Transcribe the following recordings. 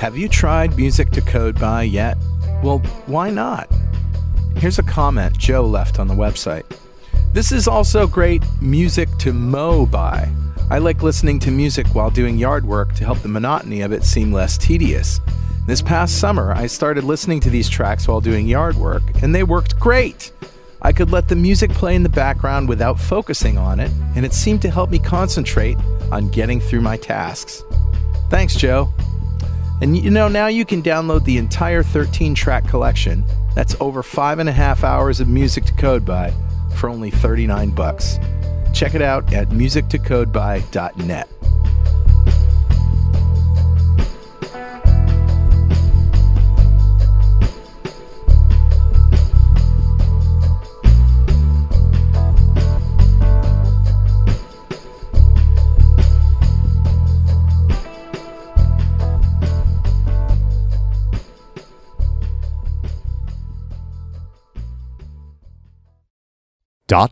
Have you tried Music to Code By yet? Well, why not? Here's a comment Joe left on the website. This is also great music to mow by. I like listening to music while doing yard work to help the monotony of it seem less tedious. This past summer, I started listening to these tracks while doing yard work, and they worked great. I could let the music play in the background without focusing on it, and it seemed to help me concentrate on getting through my tasks. Thanks, Joe. And you know, now you can download the entire 13 track collection. That's over five and a half hours of music to code by for only 39 bucks. Check it out at musictocodeby.net.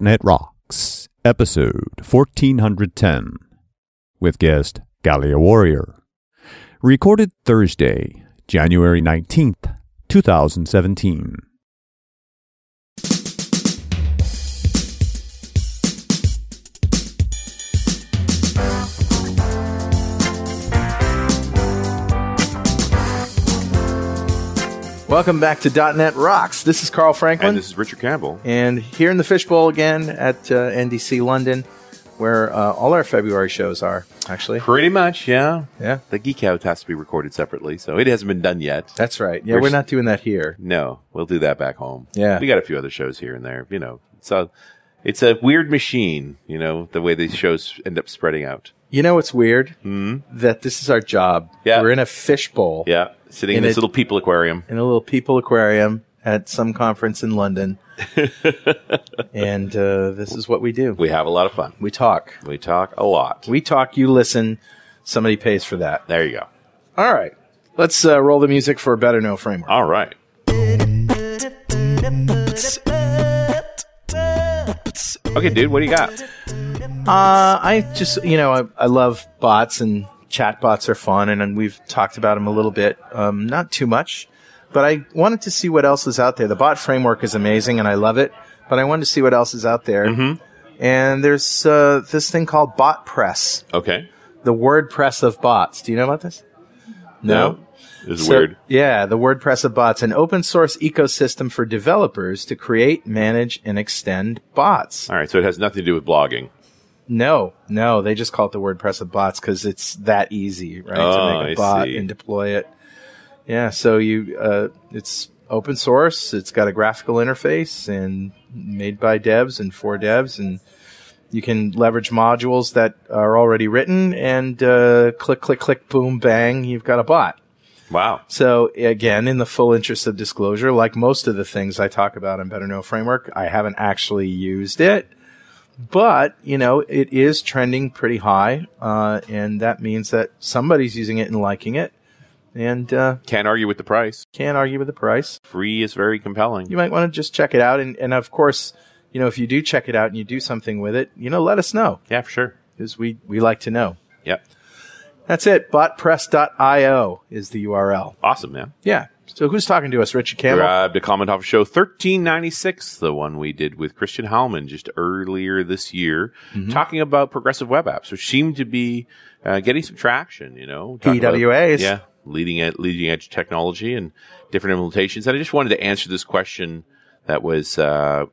.NET Rocks, episode 1410, with guest Galia Warrior. Recorded Thursday, January 19th, 2017. Welcome back to .NET Rocks. This is Carl Franklin. And this is Richard Campbell. And here in the fishbowl again at uh, NDC London, where uh, all our February shows are, actually. Pretty much, yeah. Yeah. The Geek Out has to be recorded separately, so it hasn't been done yet. That's right. Yeah, we're not doing that here. No, we'll do that back home. Yeah. We got a few other shows here and there, you know. So it's a weird machine, you know, the way these shows end up spreading out. You know what's weird? That this is our job. Hmm? Yeah. We're in a fishbowl. Yeah. Sitting in, And this it- little people aquarium. in a little people aquarium at some conference in London. and uh, this is what we do. We, We have a lot of fun. talk. We talk a lot. We talk, you listen. Somebody pays for that. There you go. All right. Let's uh, roll the music for a Better Know framework. All right. Okay, dude, what do you got? Uh, I just, you know, I, I love bots and chat bots are fun, and, and we've talked about them a little bit, um, not too much, but I wanted to see what else is out there. The bot framework is amazing, and I love it, but I wanted to see what else is out there. And there's uh, this thing called Bot Press, Okay. the WordPress of bots. Do you know about this? This is So- weird. Yeah, the WordPress of bots, an open source ecosystem for developers to create, manage, and extend bots. All right, so it has nothing to do with blogging. No, no, they just call it the WordPress of bots because it's that easy, right? Oh, to make a I bot see. and deploy it. Yeah, so you, uh, it's open source. It's got a graphical interface and made by devs and for devs, and you can leverage modules that are already written and uh, click, click, click, boom, bang, you've got a bot. Wow. So again, in the full interest of disclosure, like most of the things I talk about in Better Know Framework, I haven't actually used it, but you know it is trending pretty high, uh, and that means that somebody's using it and liking it, and uh, Can't argue with the price. can't argue with the price. Free is very compelling. You might want to just check it out, and, and of course, you know if you do check it out and you do something with it, you know let us know Yeah, for sure. because we we like to know. Yep. That's it. Botpress.io is the URL. Awesome, man. Yeah. So who's talking to us, Richard Campbell? Grabbed a comment off show 1396, the one we did with Christian Hallman just earlier this year, Mm-hmm. talking about progressive web apps, which seemed to be uh, getting some traction, you know. talking about- PWAs. yeah. Leading edge, leading edge technology and different implementations. And I just wanted to answer this question that was uh,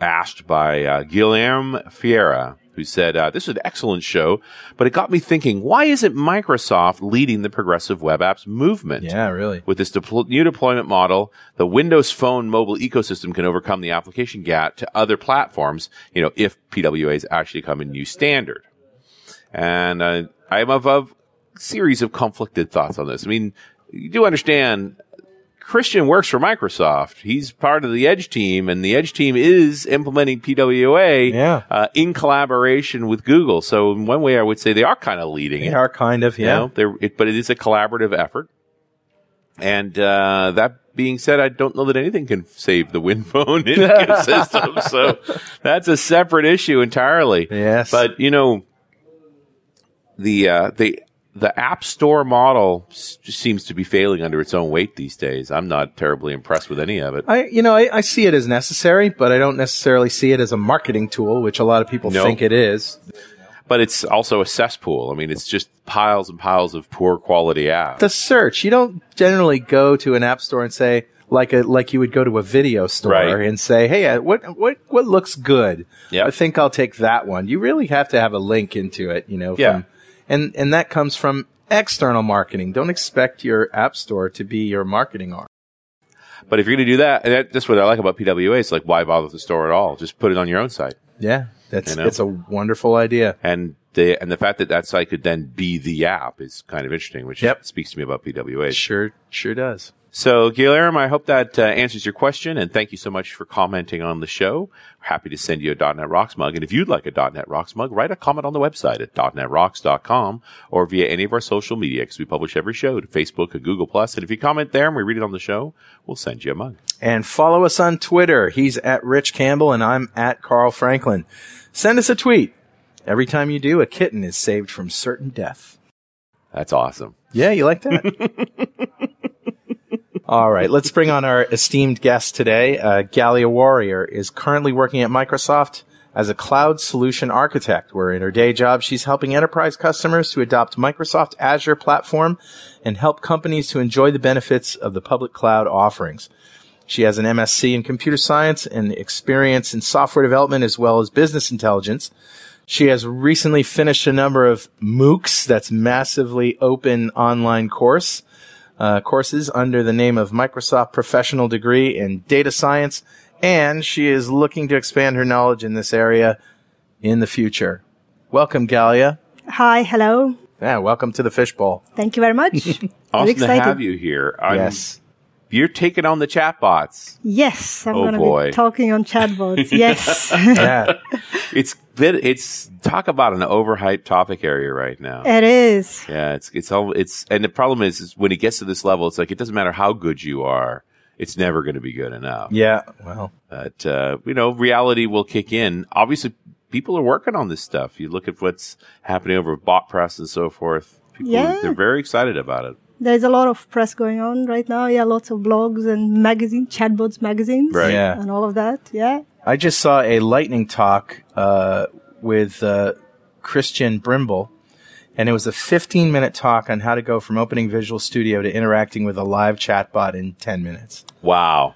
asked by uh, Guillaume Fiera, who said, uh, This is an excellent show, but it got me thinking, why isn't Microsoft leading the progressive web apps movement? Yeah, really. With this depl- new deployment model, the Windows Phone mobile ecosystem can overcome the application gap to other platforms, you know, if PWAs actually come in new standard. And uh, I'm of a series of conflicted thoughts on this. I mean, you do understand Christian works for Microsoft. He's part of the Edge team, and the Edge team is implementing PWA Yeah. uh, in collaboration with Google. So, in one way, I would say they are kind of leading They it. are kind of, You yeah. know, there, it, but it is a collaborative effort. And uh, that being said, I don't know that anything can save the wind phone ecosystem. so that's a separate issue entirely. Yes. But you know, the uh, they the App Store model s- seems to be failing under its own weight these days. I'm not terribly impressed with any of it. I, you know, I, I see it as necessary, but I don't necessarily see it as a marketing tool, which a lot of people No. think it is. But it's also a cesspool. I mean, it's just piles and piles of poor quality apps. The search, you don't generally go to an app store and say, like a, like you would go to a video store Right. and say, "Hey, uh, what what what looks good? Yep. I think I'll take that one." You really have to have a link into it, you know. Yeah. From, and and that comes from external marketing. Don't expect your app store to be your marketing arm. But if you're going to do that, and that, that's what I like about PWA. It's like, why bother with the store at all? Just put it on your own site. Yeah, that's You know? it's a wonderful idea. And the and the fact that that site could then be the app is kind of interesting, which Yep. speaks to me about PWA. Sure, sure does. So, Guillermo, I hope that uh, answers your question, and thank you so much for commenting on the show. Happy to send you a .NET Rocks mug, and if you'd like a .NET Rocks mug, write a comment on the website at .NETRocks.com or via any of our social media, because we publish every show to Facebook and Google Plus. And if you comment there and we read it on the show, we'll send you a mug. And follow us on Twitter. He's at Rich Campbell and I'm at Carl Franklin. Send us a tweet. Every time you do, a kitten is saved from certain death. That's awesome. Yeah, you like that? All right, let's bring on our esteemed guest today. Uh, Gallia Warrior is currently working at Microsoft as a cloud solution architect, where in her day job, she's helping enterprise customers to adopt Microsoft Azure platform and help companies to enjoy the benefits of the public cloud offerings. She has an MSc in computer science and experience in software development as well as business intelligence. She has recently finished a number of MOOCs, that's massively open online course, uh, courses under the name of Microsoft Professional Degree in Data Science, and she is looking to expand her knowledge in this area in the future. Welcome, Galia. Hi, hello. Yeah, welcome to the fishbowl. Thank you very much. I'm Awesome to excited. have you here. I'm- Yes. You're taking on the chatbots. Yes, I'm Oh, going to boy. be talking on chatbots. yes. Yeah. It's bit, it's talk about an overhyped topic area right now. it is. Yeah, it's it's all it's and the problem is, is when it gets to this level, it's like it doesn't matter how good you are, it's never going to be good enough. Yeah. Well, But uh, you know, reality will kick in. Obviously, people are working on this stuff. You look at what's happening over at Bot Press and so forth. People, Yeah. they're very excited about it. There's a lot of press going on right now. Yeah, lots of blogs and magazine chatbots magazines Right. yeah. and all of that. Yeah. I just saw a lightning talk uh, with uh, Christian Brimble, and it was a 15 minute talk on how to go from opening Visual Studio to interacting with a live chatbot in 10 minutes. Wow.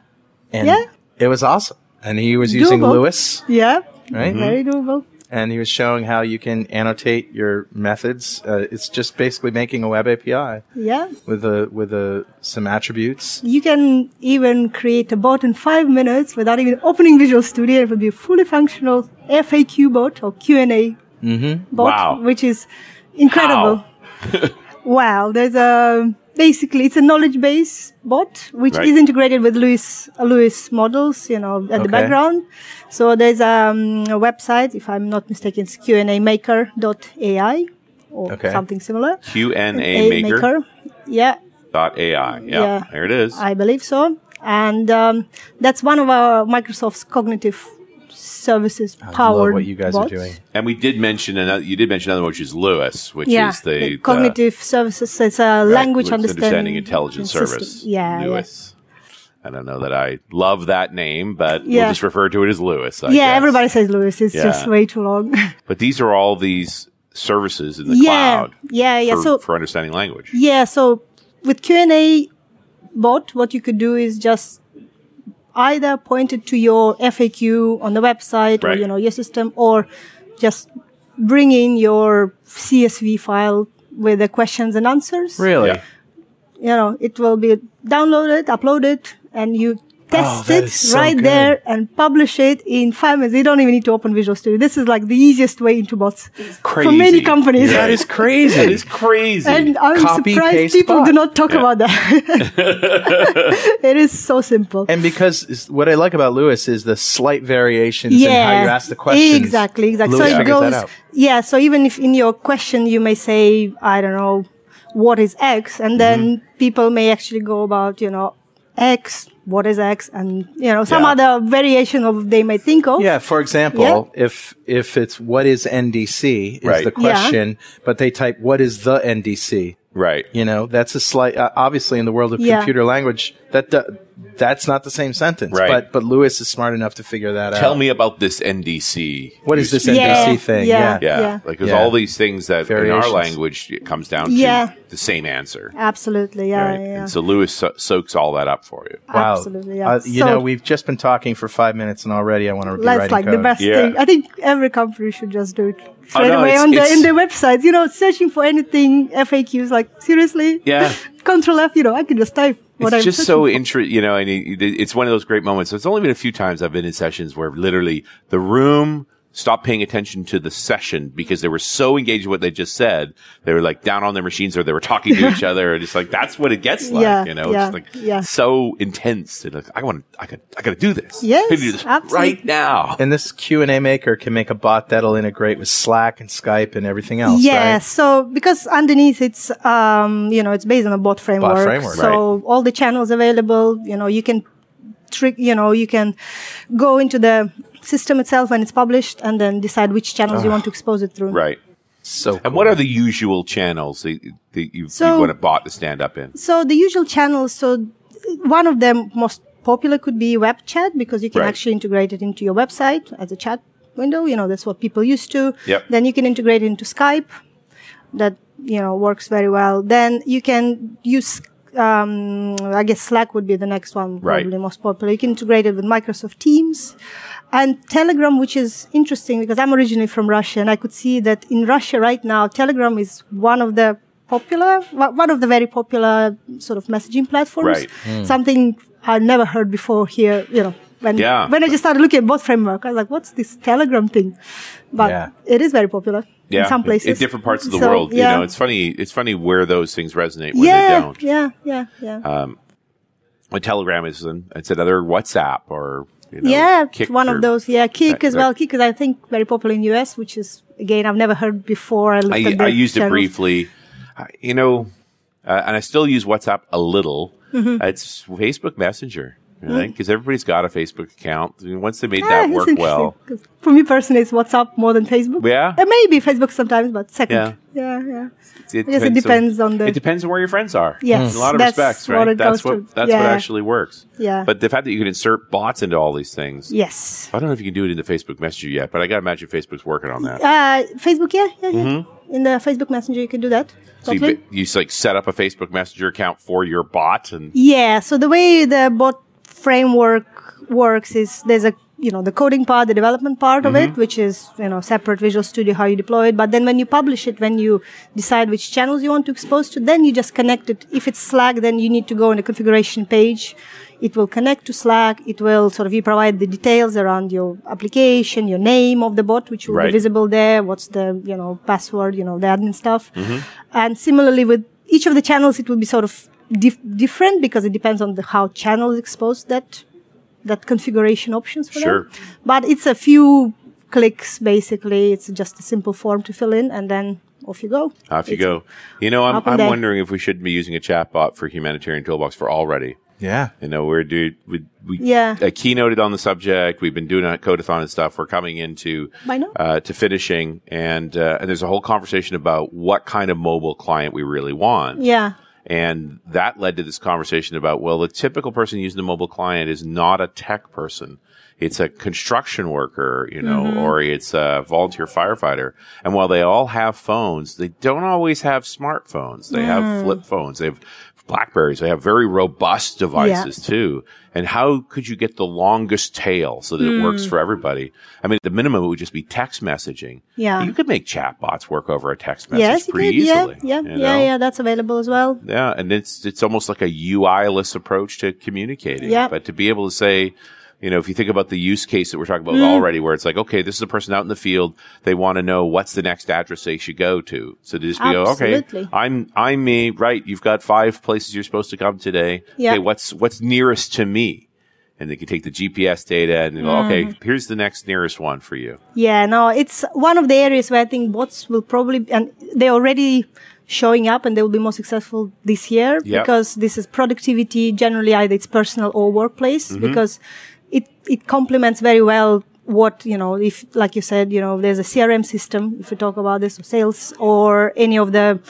And Yeah. it was awesome. And he was using Doable. Lewis, Yeah. Mm-hmm. right? Very doable. And he was showing how you can annotate your methods. Uh, it's just basically making a web API Yeah. with a with a some attributes. You can even create a bot in five minutes without even opening Visual Studio. It would be a fully functional FAQ bot or Q&A bot, Mm-hmm. Wow. which is incredible. How? Wow, there's a basically it's a knowledge base bot which Right. is integrated with Lewis Lewis models, you know, at Okay. the background. So there's um, a website, if I'm not mistaken, it's qnamaker.ai or Okay. something similar. QNA maker yeah, dot AI. Yeah, Yeah. there it is. I believe so. And um, that's one of our Microsoft's cognitive services I love powered what you guys bots. are doing. and we did mention another. You did mention another one, which is Lewis, which is the, the- cognitive services. It's a language Language understanding, intelligence system. service. Yeah, yeah. Lewis. I don't know that I love that name, but Yeah. we'll just refer to it as Lewis. I yeah, guess. everybody says Lewis. It's just Yeah. way too long. But these are all these services in the yeah, cloud yeah, yeah. for, so for understanding language. yeah, so with Q and A bot, what you could do is just either point it to your FAQ on the website Right. or you know your system, or just bring in your CSV file with the questions and answers. Really? Yeah. You know, it will be downloaded, uploaded, and you. Test Oh, that it is so right good. there and publish it in five minutes. You don't even need to open Visual Studio. This is like the easiest way into bots for many crazy. companies. That is crazy. That is crazy. And I'm Copy, paste, surprised people bot. do not talk about that. it is so simple. And because is- what I like about Lewis is the slight variations in how you ask the questions. Exactly, exactly. Lewis so it figures goes that out. Yeah, so even if in your question you may Mm-hmm. say, I don't know, what is X, and then people may actually go about, you know, X, what is X, and you know some Yeah. other variation of they may think of. Yeah, for example, if if it's what is NDC is Right. the Yeah. question, but they type what is the NDC? Right. You know, that's a slight. Uh, obviously, in the world of Yeah. computer language, that do- that's not the same sentence. Right. But but Lewis is smart enough to figure that out. Tell me about this NDC. what is this use- Yeah, NDC thing? yeah. Yeah. Yeah. Like there's Yeah. all these things that in our Variations. language it comes down to Yeah. the same answer. Absolutely. Yeah. right? Yeah. And so Lewis so- soaks all that up for you. Wow. Absolutely. Yeah. Uh, you So- know, we've just been talking for five minutes, and already I want to be That's writing like code. the best Yeah. thing. I think every company should just do it straight no, away it's- on the it's- in their websites. You know, searching for anything FAQs. Like seriously, Yeah. Control F. You know, I can just type what it's I'm just searching so for. interesting, you know, and it, it- it's one of those great moments. It's only been a few times I've been in sessions where literally the room stopped paying attention to the session because they were so engaged with what they just said. They were like down on their machines or they were talking to each other. And it's like, that's what it gets like, Yeah, you know, yeah, it's like yeah. so intense. And like, I want to, I got, I got to do this. Yes, I gotta do this absolutely. right now. And this Q and A maker can make a bot that'll integrate with Slack and Skype and everything else. Yeah, right? so because underneath it's um, you know it's based on a bot framework, framework, so all the channels available. You know you can trick, you know you can go into the system itself when it's published and then decide which channels you want to expose it through. Right. So And what are the usual channels that, that you, you So- want a bot to stand up in? So the usual channels. So one of them most popular could be web chat because you can Right. actually integrate it into your website as a chat window. You know that's what people used to. Yep. Then you can integrate it into Skype. That you know works very well. Then you can use. Um, I guess Slack would be the next one, Right. probably most popular. You can integrate it with Microsoft Teams and Telegram, which is interesting because I'm originally from Russia and I could see that in Russia right now, Telegram is one of the popular, one one of the very popular sort of messaging platforms. Right. Something I never heard before here, you know. When, Yeah. when I just started looking at both framework, I was like, what's this Telegram thing? But Yeah. it is very popular in some places. In different parts of the So, world. yeah. You know, it's funny. It's funny where those things resonate, where they yeah, don't. yeah, yeah, yeah. A Telegram is an, it's another WhatsApp or you know, yeah, Kik one or- of those. Yeah, Kik that- as well. Kik is, I think, very popular in US, which is again I've never heard before. I, looked I, at the I used it channels. briefly, I- you know, uh, and I still use WhatsApp a little. Mm-hmm. It's Facebook Messenger, right? Because everybody's got a Facebook account. I mean, once they made Ah, that it's work interesting, well, 'cause For me personally, it's WhatsApp more than Facebook. Yeah? and maybe Facebook sometimes, but second. Yeah. Yeah, yeah, yeah. it I guess it depends on the- It depends on where your friends are. Yes, in a lot of that's respects, what right? it that's goes what to. that's what Yeah. actually works. Yeah. But the fact that you can insert bots into all these things, Yes. I don't know if you can do it in the Facebook Messenger yet, but I got to imagine Facebook's working on that. Uh, Facebook, yeah, yeah, yeah. In the Facebook Messenger, you can do that. Mm-hmm. So you, Totally. ba- you s- like set up a Facebook Messenger account for your bot, and Yeah. So the way the bot framework works is there's a you know the coding part, the development part of it, which is you know separate Visual Studio how you deploy it. But then when you publish it, when you decide which channels you want to expose to, then you just connect it. If it's Slack, then you need to go on the configuration page. It will connect to Slack. It will sort of you provide the details around your application, your name of the bot, which will Right. be visible there. What's the you know password, you know the admin stuff. Mm-hmm. And similarly with each of the channels, it will be sort of dif- different because it depends on the, how channels expose that that configuration options for Sure. them. But it's a few clicks basically. It's just a simple form to fill in, and then off you go. off you It's- go. You know, I'm, up and I'm down. wondering if we should be using a chat bot for Humanitarian Toolbox for already. yeah. You know, we're do we, we Yeah. uh, keynoted on the subject. We've been doing a codathon and stuff. We're coming into By now. uh, to finishing, and uh, and there's a whole conversation about what kind of mobile client we really want. Yeah. And that led to this conversation about, well, the typical person using the mobile client is not a tech person. It's a construction worker, you know, Mm-hmm. or it's a volunteer firefighter. And while they all have phones, they don't always have smartphones. They Mm. have flip phones. They have Blackberries. They have very robust devices too. And how could you get the longest tail so that Mm. it works for everybody? I mean, at the minimum, it would just be text messaging. Yeah. You could make chatbots work over a text message Yes, you could. pretty Yeah, easily. yeah, you yeah, know? yeah. That's available as well. Yeah, and it's it's almost like a UI-less approach to communicating. Yep. But to be able to say, you know, if you think about the use case that we're talking about Mm-hmm. already, where it's like, okay, this is a person out in the field, they want to know what's the next address they should go to. So to just be, go, okay, Absolutely. I'm I'm me, right? You've got five places you're supposed to come today. Yep. Okay, what's what's nearest to me? And they can take the GPS data and they go, okay, Mm-hmm. here's the next nearest one for you. Yeah, no, it's one of the areas where I think bots will probably, and they already showing up and they will be more successful this year Yep. because this is productivity generally either it's personal or workplace because it it complements very well what you know if like you said you know there's a crm system if we talk about this or sales or any of the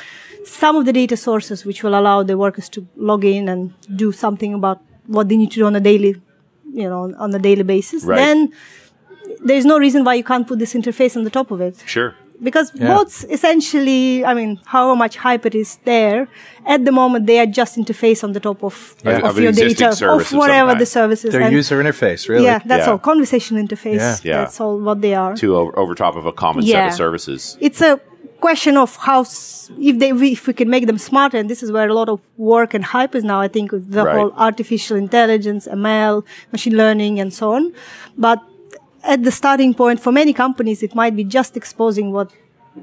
some of the data sources which will allow the workers to log in and do something about what they need to do on a daily you know on a daily basis Right. then there's no reason why you can't put this interface on the top of it Sure. because bots essentially i mean however much hype it is there at the moment they are just interface on the top of, Yeah. of, Of an your existing data service of of some whatever kind. the services Their user interface, really. yeah that's Yeah. all conversation interface Yeah. Yeah. that's all what they are Two over, over top of a common set Yeah. of services. it's a question of how s- if they we- if we can make them smarter and this is where a lot of work and hype is now i think with the Right. whole artificial intelligence ml machine learning and so on but at the starting point for many companies it might be just exposing what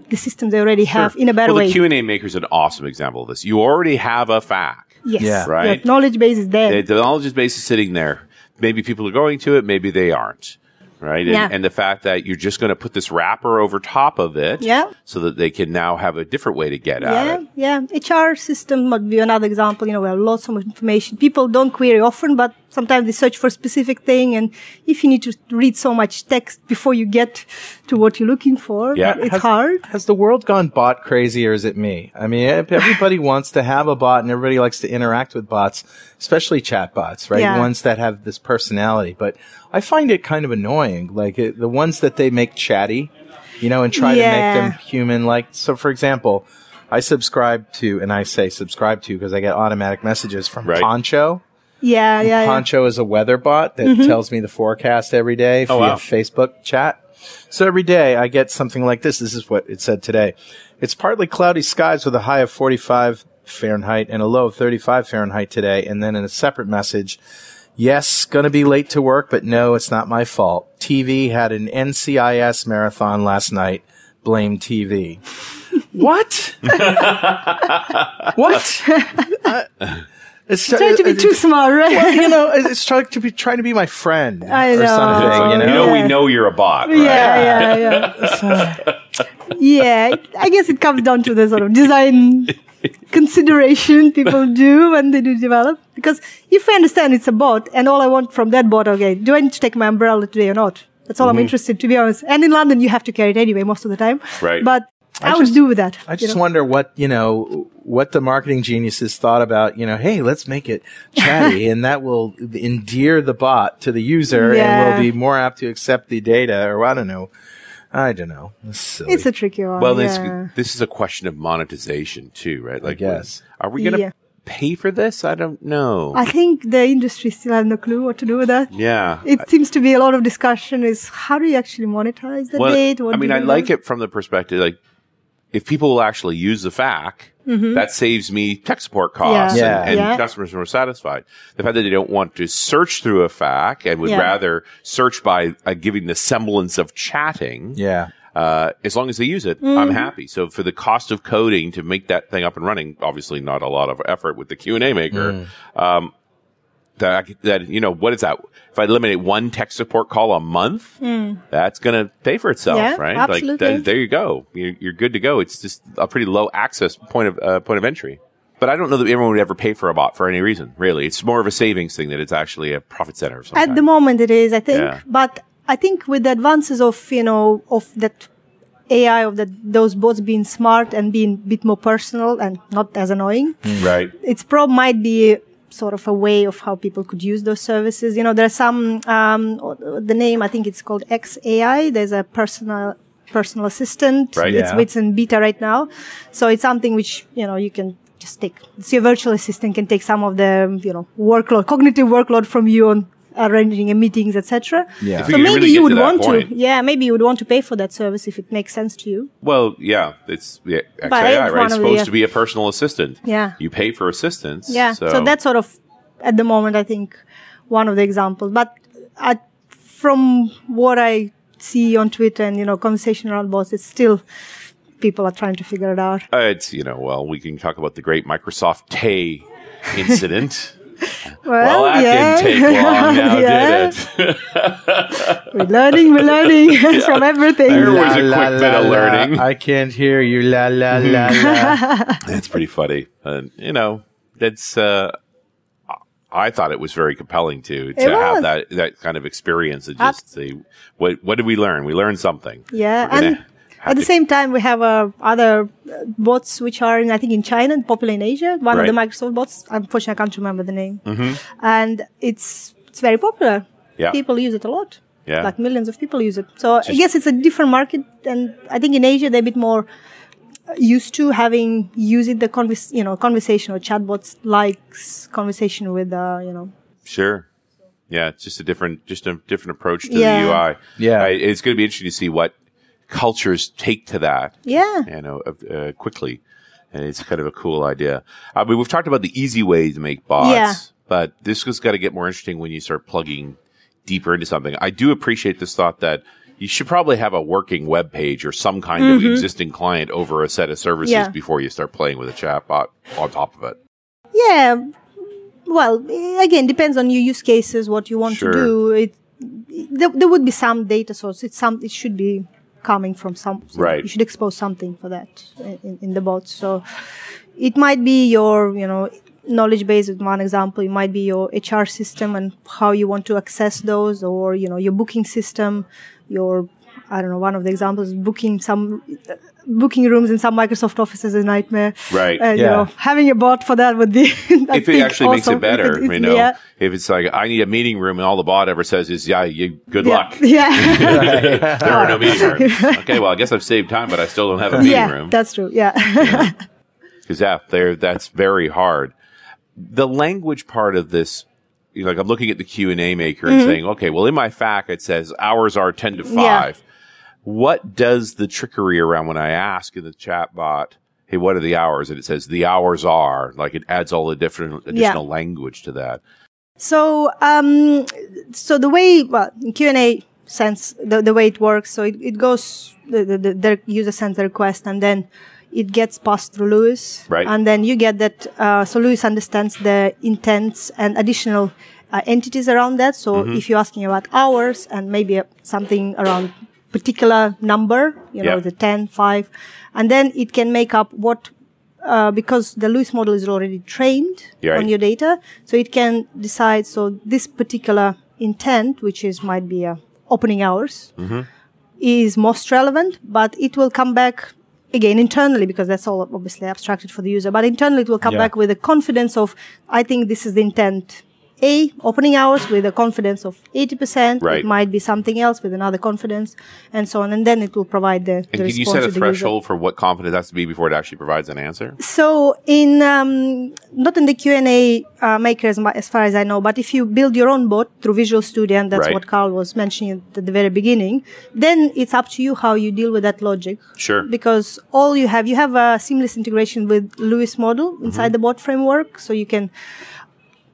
the systems they already have in a better well, way the Q&A maker is an awesome example of this. You already have a fact. yes Yeah. Right. Your knowledge base is there The, the knowledge base is sitting there. Maybe people are going to it, maybe they aren't. Right? And, Yeah. and the fact that you're just going to put this wrapper over top of it Yeah. so that they can now have a different way to get at yeah, it. yeah. HR system might be another example, you know, where lots of information. People don't query often, but sometimes they search for a specific thing. And if you need to read so much text before you get to what you're looking for, Yeah. it's Has- hard. Has the world gone bot crazy or is it me? I mean, ev- everybody wants to have a bot and everybody likes to interact with bots, especially chat bots, right? Yeah. Ones that have this personality. But I find it kind of annoying. Like it, the ones that they make chatty, you know, and try Yeah. to make them human. Like, so for example, I subscribe to, and I say subscribe to because I get automatic messages from Right. Poncho. Yeah, yeah, yeah. Poncho is a weather bot Mm-hmm. that tells me the forecast every day via wow. Facebook chat. So every day I get something like this. This is what it said today. It's partly cloudy skies with a high of 45 Fahrenheit and a low of 35 Fahrenheit today. And then in a separate message, yes, gonna be late to work, but no, it's not my fault. TV had an NCIS marathon last night. Blame TV. what? what? I- Uh, it's Try to be too smart, right? you know, it's it's trying to be trying to be my friend I or know. something. You You know, know, Yeah. we know you're a bot, right? Yeah, yeah, yeah. yeah, I guess it comes down to the sort of design consideration people do when they do develop. Because if I understand it's a bot, and all I want from that bot, okay, do I need to take my umbrella today or not? That's Mm-hmm. all I'm interested, to be honest. And in London, you have to carry it anyway most of the time. Right. But I, would do with that. I you just know? wonder what you know what the marketing geniuses thought about. You know, hey, let's make it chatty, and that will endear the bot to the user, and Yeah. will be more apt to accept the data. Or I don't know, I don't know. It's silly. It's a tricky one. Well, yeah. this, this is a question of monetization too, right? Like, guess. are we going to Yeah. pay for this? I don't know. I think the industry still has no clue what to do with that. yeah. It seems to be a lot of discussion is how do you actually monetize the Well, data? What I do mean, you I do like it from the perspective, like, if people will actually use the fact, that saves me tech support costs Yeah. and, and Mm-hmm. Yeah. customers are more satisfied. The fact that they don't want to search through a fact and would Yeah. rather search by uh, giving the semblance of chatting. yeah. Uh, as long as they use it, Mm-hmm. I'm happy. So for the cost of coding to make that thing up and running, obviously not a lot of effort with the Q and A maker. Mm. Um, that I could- that you know what is that? If I eliminate one tech support call a month, that's going to pay for itself, Mm. Yeah, right? Like absolutely. that, there you go. You're, you're good to go. It's just a pretty low access point of uh, point of entry. But I don't know that everyone would ever pay for a bot for any reason. Really, it's more of a savings thing that it's actually a profit center. Of some At kind. the moment, it is, I think. Yeah. But I think with the advances of you know of that AI of that those bots being smart and being a bit more personal and not as annoying, right? its probe might be sort of a way of how people could use those services. You know, there are some um, o- the name I think it's called XAI. There's a personal personal assistant. Right. It's, Yeah. it's in beta right now, so it's something which you know you can just take. So your virtual assistant can take some of the you know workload, cognitive workload from you on arranging your meetings, etc. Yeah. If we So could maybe really you get would to that want point. to. Yeah, maybe you would want to pay for that service if it makes sense to you. Well, yeah, it's yeah, XAI, But it's right? one It's of the- supposed to be a personal assistant. Yeah. you pay for assistance. Yeah. So. so, that's sort of at the moment, I think one of the examples. But I, from what I see on Twitter and you know conversation around bots, it's still people are trying to figure it out. uh, it's you know. Well, we can talk about the great Microsoft Tay incident. Well, that yeah. didn't take long now, Yeah. did it? We're learning, we're learning from There everything. was a quick bit of learning. I can't hear you. La la la la. That's pretty funny. And, you know, that's, uh, I thought it was very compelling to, to It have was. that, that kind of experience and just say, what, what did we learn? We learned something. Yeah, We're gonna and have at the to- same time, we have uh, other uh, bots which are, in, I think, in China and popular in Asia. One of the Right. Mm-hmm. Microsoft bots. Unfortunately, I can't remember the name. And it's it's very popular. Yeah. People use it a lot. Yeah. Like millions of people use it. So I guess it's a different market, and I think in Asia they're a bit more uh, used to having using the convers you know conversation or chatbots likes conversation with uh, you know Sure. Yeah, it's just a different, just a different approach to Yeah. the UI. Yeah. I, it's going to be interesting to see what cultures take to that. yeah you know, uh, uh, quickly. And it's kind of a cool idea. I mean, we've talked about the easy way to make bots, Yeah. but this has got to get more interesting when you start plugging deeper into something. I do appreciate this thought that you should probably have a working web page or some kind of existing client over a set of services Mm-hmm. Yeah. before you start playing with a chatbot on top of it. Yeah. Well, eh, again, depends on your use cases, what you want Sure. to do. It there, there would be some data source. It's some. It should be coming from some. Right. You should expose something for that in- in, in the bots. So it might be your, you know, knowledge base. Is one example. It might be your HR system and how you want to access those, or you know, your booking system, your I don't know. One of the examples, booking some booking rooms in some Microsoft offices is a nightmare. Uh, Right. And, Yeah. You know, having a bot for that would be. if I it think actually makes awesome. it better, If it- uh, you know, Yeah. if it's like, I need a meeting room and all the bot ever says is, yeah, you, good Yeah. luck. Yeah. there are no meeting rooms. Okay. Well, I guess I've saved time, but I still don't have a meeting yeah. room. That's true. Yeah. because that there that's very hard. The language part of this, you know, like I'm looking at the Q and A maker and saying, okay, well, in my FAQ it says hours are ten to Mm-hmm. Yeah. five. What does the trickery around when I ask in the chat bot, hey, what are the hours? And it says the hours are like it adds all the different additional language to that. so, um, so the way, well, in Q&A sense, the, the way it works, so it, it goes, the, the, the, the user sends the request and then it gets passed through Lewis. Right. And then you get that, uh, so Lewis understands the intents and additional uh, entities around that. So Mm-hmm. if you're asking about hours and maybe uh, something around particular number, you know, Yeah. the 10, 5, and then it can make up what uh, because the Lewis model is already trained Yeah, right. on your data, so it can decide. So this particular intent, which is might be uh, opening hours, Mm-hmm. is most relevant, but it will come back again internally because that's all obviously abstracted for the user. But internally, it will come Yeah. back with the confidence of I think this is the intent. A opening hours with a confidence of 80%. Right. It might be something else with another confidence and so on. And then it will provide the, the And can you response set a to the user. threshold for what confidence has to be before it actually provides an answer? So in um, not in the Q and A uh, makers, ma- as far as I know, but if you build your own bot through Visual Studio, and that's Right. what Carl was mentioning at the very beginning, then it's up to you how you deal with that logic. Sure. Because all you have, you have a seamless integration with Lewis model Mm-hmm. inside the bot framework, so you can,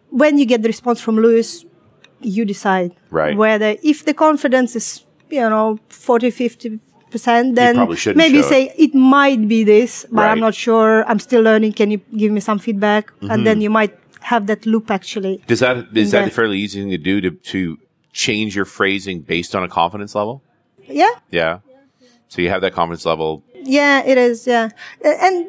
when you get the response from Lewis, you decide Right. whether if the confidence is you know 40, 50 percent, then probably shouldn't maybe you show it. say it might be this, but I'm Right. not sure. I'm still learning. Can you give me some feedback? And then you might have that loop actually. Does that is that Yeah. a fairly easy thing to do to to change your phrasing based on a confidence level? Yeah, Yeah. So you have that confidence level. yeah, it is. Yeah, A- and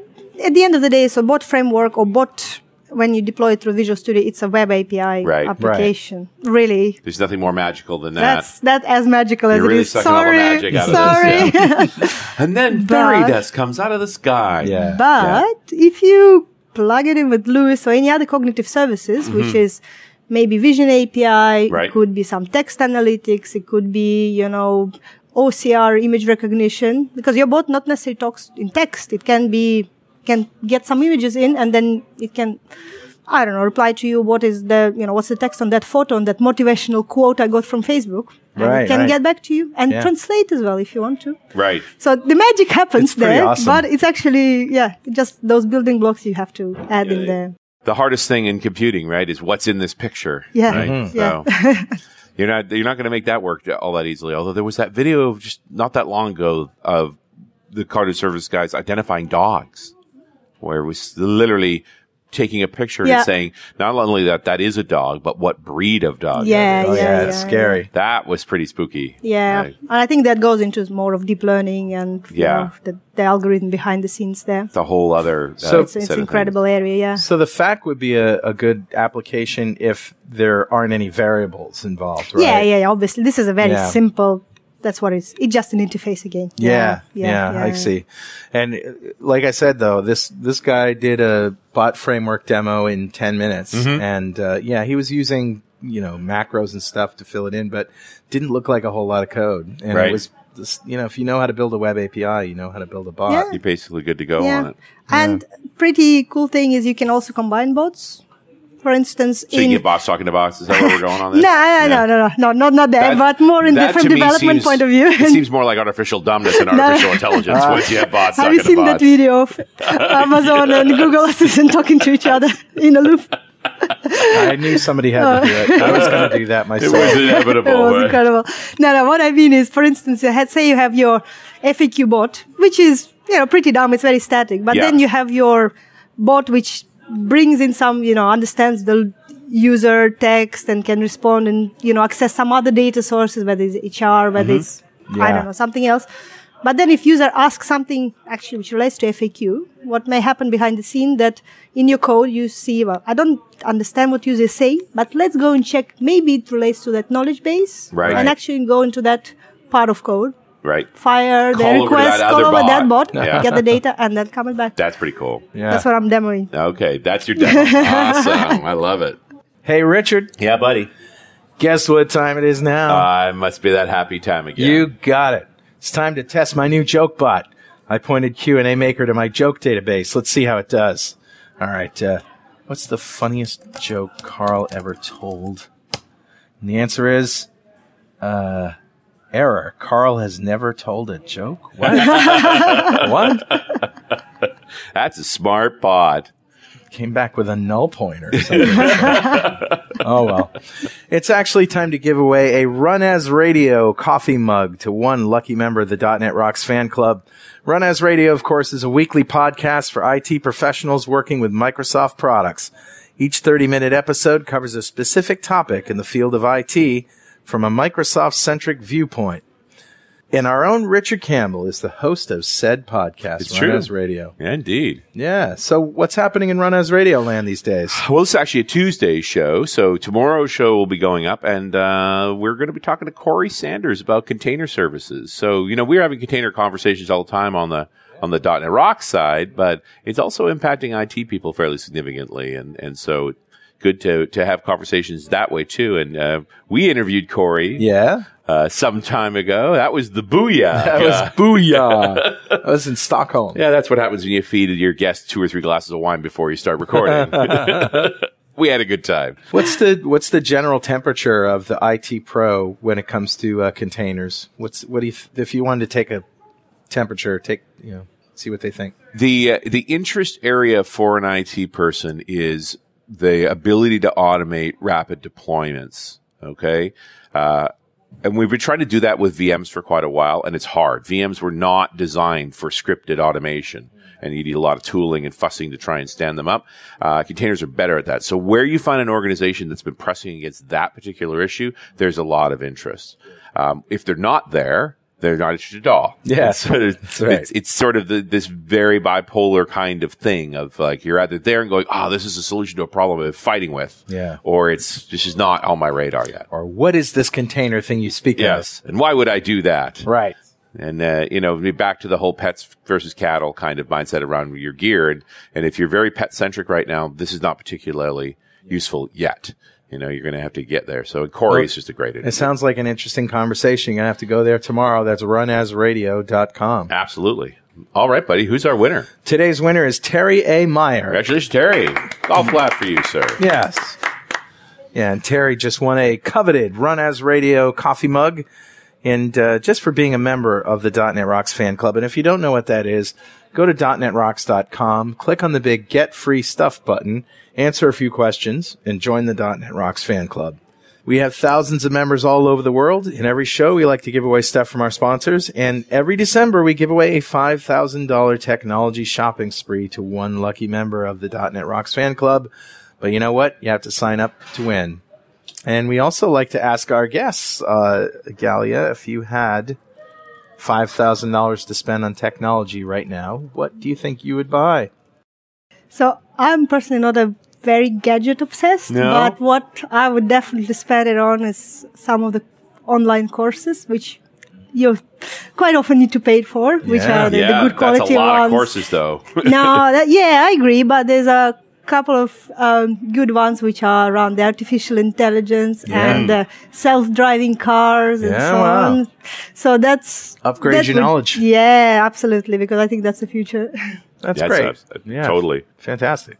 at the end of the day, so bot framework or bot when you deploy it through Visual Studio, it's a web API Right. application. Really, There's nothing more magical than that. that's that as magical as You're really it is. sucking all the Sorry, magic out of sorry. this, and then fairy But- dust comes out of the sky. Yeah. But if you plug it in with Lewis or any other cognitive services, which Mm-hmm. is maybe Vision API, Right. it could be some text analytics, it could be, you know, OCR image recognition, because your bot not necessarily talks in text. It can be, can get some images in and then it can, I don't know, reply to you what is the, you know, what's the text on that photo, on that motivational quote I got from Facebook. And Right, it can right. get back to you and Yeah. translate as well if you want to. Right. So the magic happens It's pretty there, awesome. but it's actually yeah, just those building blocks you have to add in there. The hardest thing in computing, right, is what's in this picture. Yeah. Right. Hmm. Oh. Mhm. Mm-hmm. So you're not you're not going to make that work all that easily. Although there was that video of just not that long ago of the carded service guys identifying dogs, where it was literally taking a picture Yeah. and saying not only that that is a dog, but what breed of dog. it Yeah, is. yeah, Oh, yeah, yeah, it's scary. that was pretty spooky. Yeah, Like, and I think that goes into more of deep learning and you Yeah. know, the, the algorithm behind the scenes there. the whole other. uh, So- So set it's of incredible area. Yeah. So the fact would be a, a good application if there aren't any variables involved, right? Yeah, yeah, yeah, obviously. This is a very Yeah. simple, that's what it is. It's just an interface again. Yeah, yeah, I see. And uh, like I said, though, this this guy did a bot framework demo in ten minutes, Mm-hmm. and uh, yeah, he was using you know macros and stuff to fill it in, but didn't look like a whole lot of code. And Right. it was this, you know if you know how to build a web API, you know how to build a bot. Yeah. You're basically good to go on Yeah. it. And pretty cool thing is you can also combine bots. For instance, So you in. get boss talking to box. Is that where we're going on no, this? no, no, no, no, no, not, not there, but more in the that from to me development seems- point of view. it seems more like artificial dumbness and artificial intelligence once you have bots Have talking you seen to that bots. video of Amazon and Google Assistant talking to each other in a loop? I knew somebody had to do it. I was going to do that It myself. was It inevitable. was but- incredible. No, no, what I mean is, for instance, you had, say you have your FAQ bot, which is, you know, pretty dumb. It's very static. But Yeah. then you have your bot, which brings in some, you know, understands the user text and can respond and, you know, access some other data sources, whether it's HR, whether Mm-hmm. it's, I Yeah. don't know, something else. But then if user asks something actually which relates to FAQ, what may happen behind the scene that in your code you see, well, I don't understand what users say, but let's go and check. Maybe it relates to that knowledge base. Right. And actually go into that part of code, Right. fire Call over the request, that call other over bot. that bot, Yeah. get the data, and then come back. That's pretty cool. Yeah. That's what I'm demoing. Okay, that's your demo. awesome. I love it. hey, Richard, Yeah, buddy. guess what time it is now? I must be that happy time again. You got it. It's time to test my new joke bot. I pointed Q&A Maker to my joke database. Let's see how it does. All right. Uh, what's the funniest joke Carl ever told? And the answer is, uh, error. Carl has never told a joke. What? what? That's a smart pod. Came back with a null pointer. or something. oh well. It's actually time to give away a Run As Radio coffee mug to one lucky member of the .NET Rocks fan club. Run As Radio, of course, is a weekly podcast for IT professionals working with Microsoft products. Each 30-minute episode covers a specific topic in the field of IT from a Microsoft-centric viewpoint. And our own Richard Campbell is the host of said podcast, It's Run true. As Radio. Indeed. Yeah. So what's happening in Run As Radio land these days? Well, this is actually a Tuesday show, so tomorrow's show will be going up, and uh, we're going to be talking to Corey Sanders about container services. So, you know, we're having container conversations all the time on the on the .NET Rock side, but it's also impacting IT people fairly significantly, and and so good to to have conversations that way too. And uh, we interviewed Corey Yeah. uh, some time ago. That was the booyah. That was booyah. I was in Stockholm. Yeah, that's what happens when you feed your guest two or three glasses of wine before you start recording. we had a good time. What's the what's the general temperature of the IT Pro when it comes to uh, containers? What's what do you th- if you wanted to take a temperature, take you know, see what they think. The uh, the interest area for an IT person is the ability to automate rapid deployments. Okay. Uh, and we've been trying to do that with VMs for quite a while, and it's hard. VMs were not designed for scripted automation, and you need a lot of tooling and fussing to try and stand them up. Uh, containers are better at that. So, where you find an organization that's been pressing against that particular issue, there's a lot of interest. Um, if they're not there, they're not interested at all. Yeah. So there's- right. it's, it's sort of the, this very bipolar kind of thing of like you're either there and going, oh, this is a solution to a problem I'm fighting with, Yeah. or it's this is not on my radar yet. Or what is this container thing you speak Yes. And why would I do that? of? Right. And, uh, you know, back to the whole pets versus cattle kind of mindset around your gear. And, and if you're very pet centric right now, this is not particularly useful yet. You know, you're going to have to get there. So, and Corey is just a great It interview. sounds like an interesting conversation. You're gonna have to go there tomorrow. That's runasradio.com. Absolutely. All right, buddy. Who's our winner? Today's winner is Terry A. Meyer. Congratulations, Terry. All flat for you, sir. Yes. Yeah, and Terry just won a coveted Run As Radio coffee mug, and uh, just for being a member of the .NET Rocks fan club. And if you don't know what that is, go to .NETRocks.com, click on the big Get Free Stuff button, answer a few questions, and join the .NET Rocks fan club. We have thousands of members all over the world. In every show, we like to give away stuff from our sponsors. And every December, we give away a $5,000 technology shopping spree to one lucky member of the .NET Rocks fan club. But you know what? You have to sign up to win. And we also like to ask our guests, uh, Galia, if you had $5,000 to spend on technology right now, what do you think you would buy? So I'm personally not a very gadget obsessed, No. but what I would definitely spend it on is some of the online courses, which you quite often need to pay for, which Yeah. are the, the yeah, good quality that's a lot ones. of courses though. no, that, yeah, I agree, but there's a couple of um, good ones which are around the artificial intelligence and uh, self-driving cars and Yeah, so wow. on. So that's Upgrade that your would- knowledge. Yeah, absolutely, because I think that's the future. That's Yeah, great. abs- Yeah. Totally. Fantastic.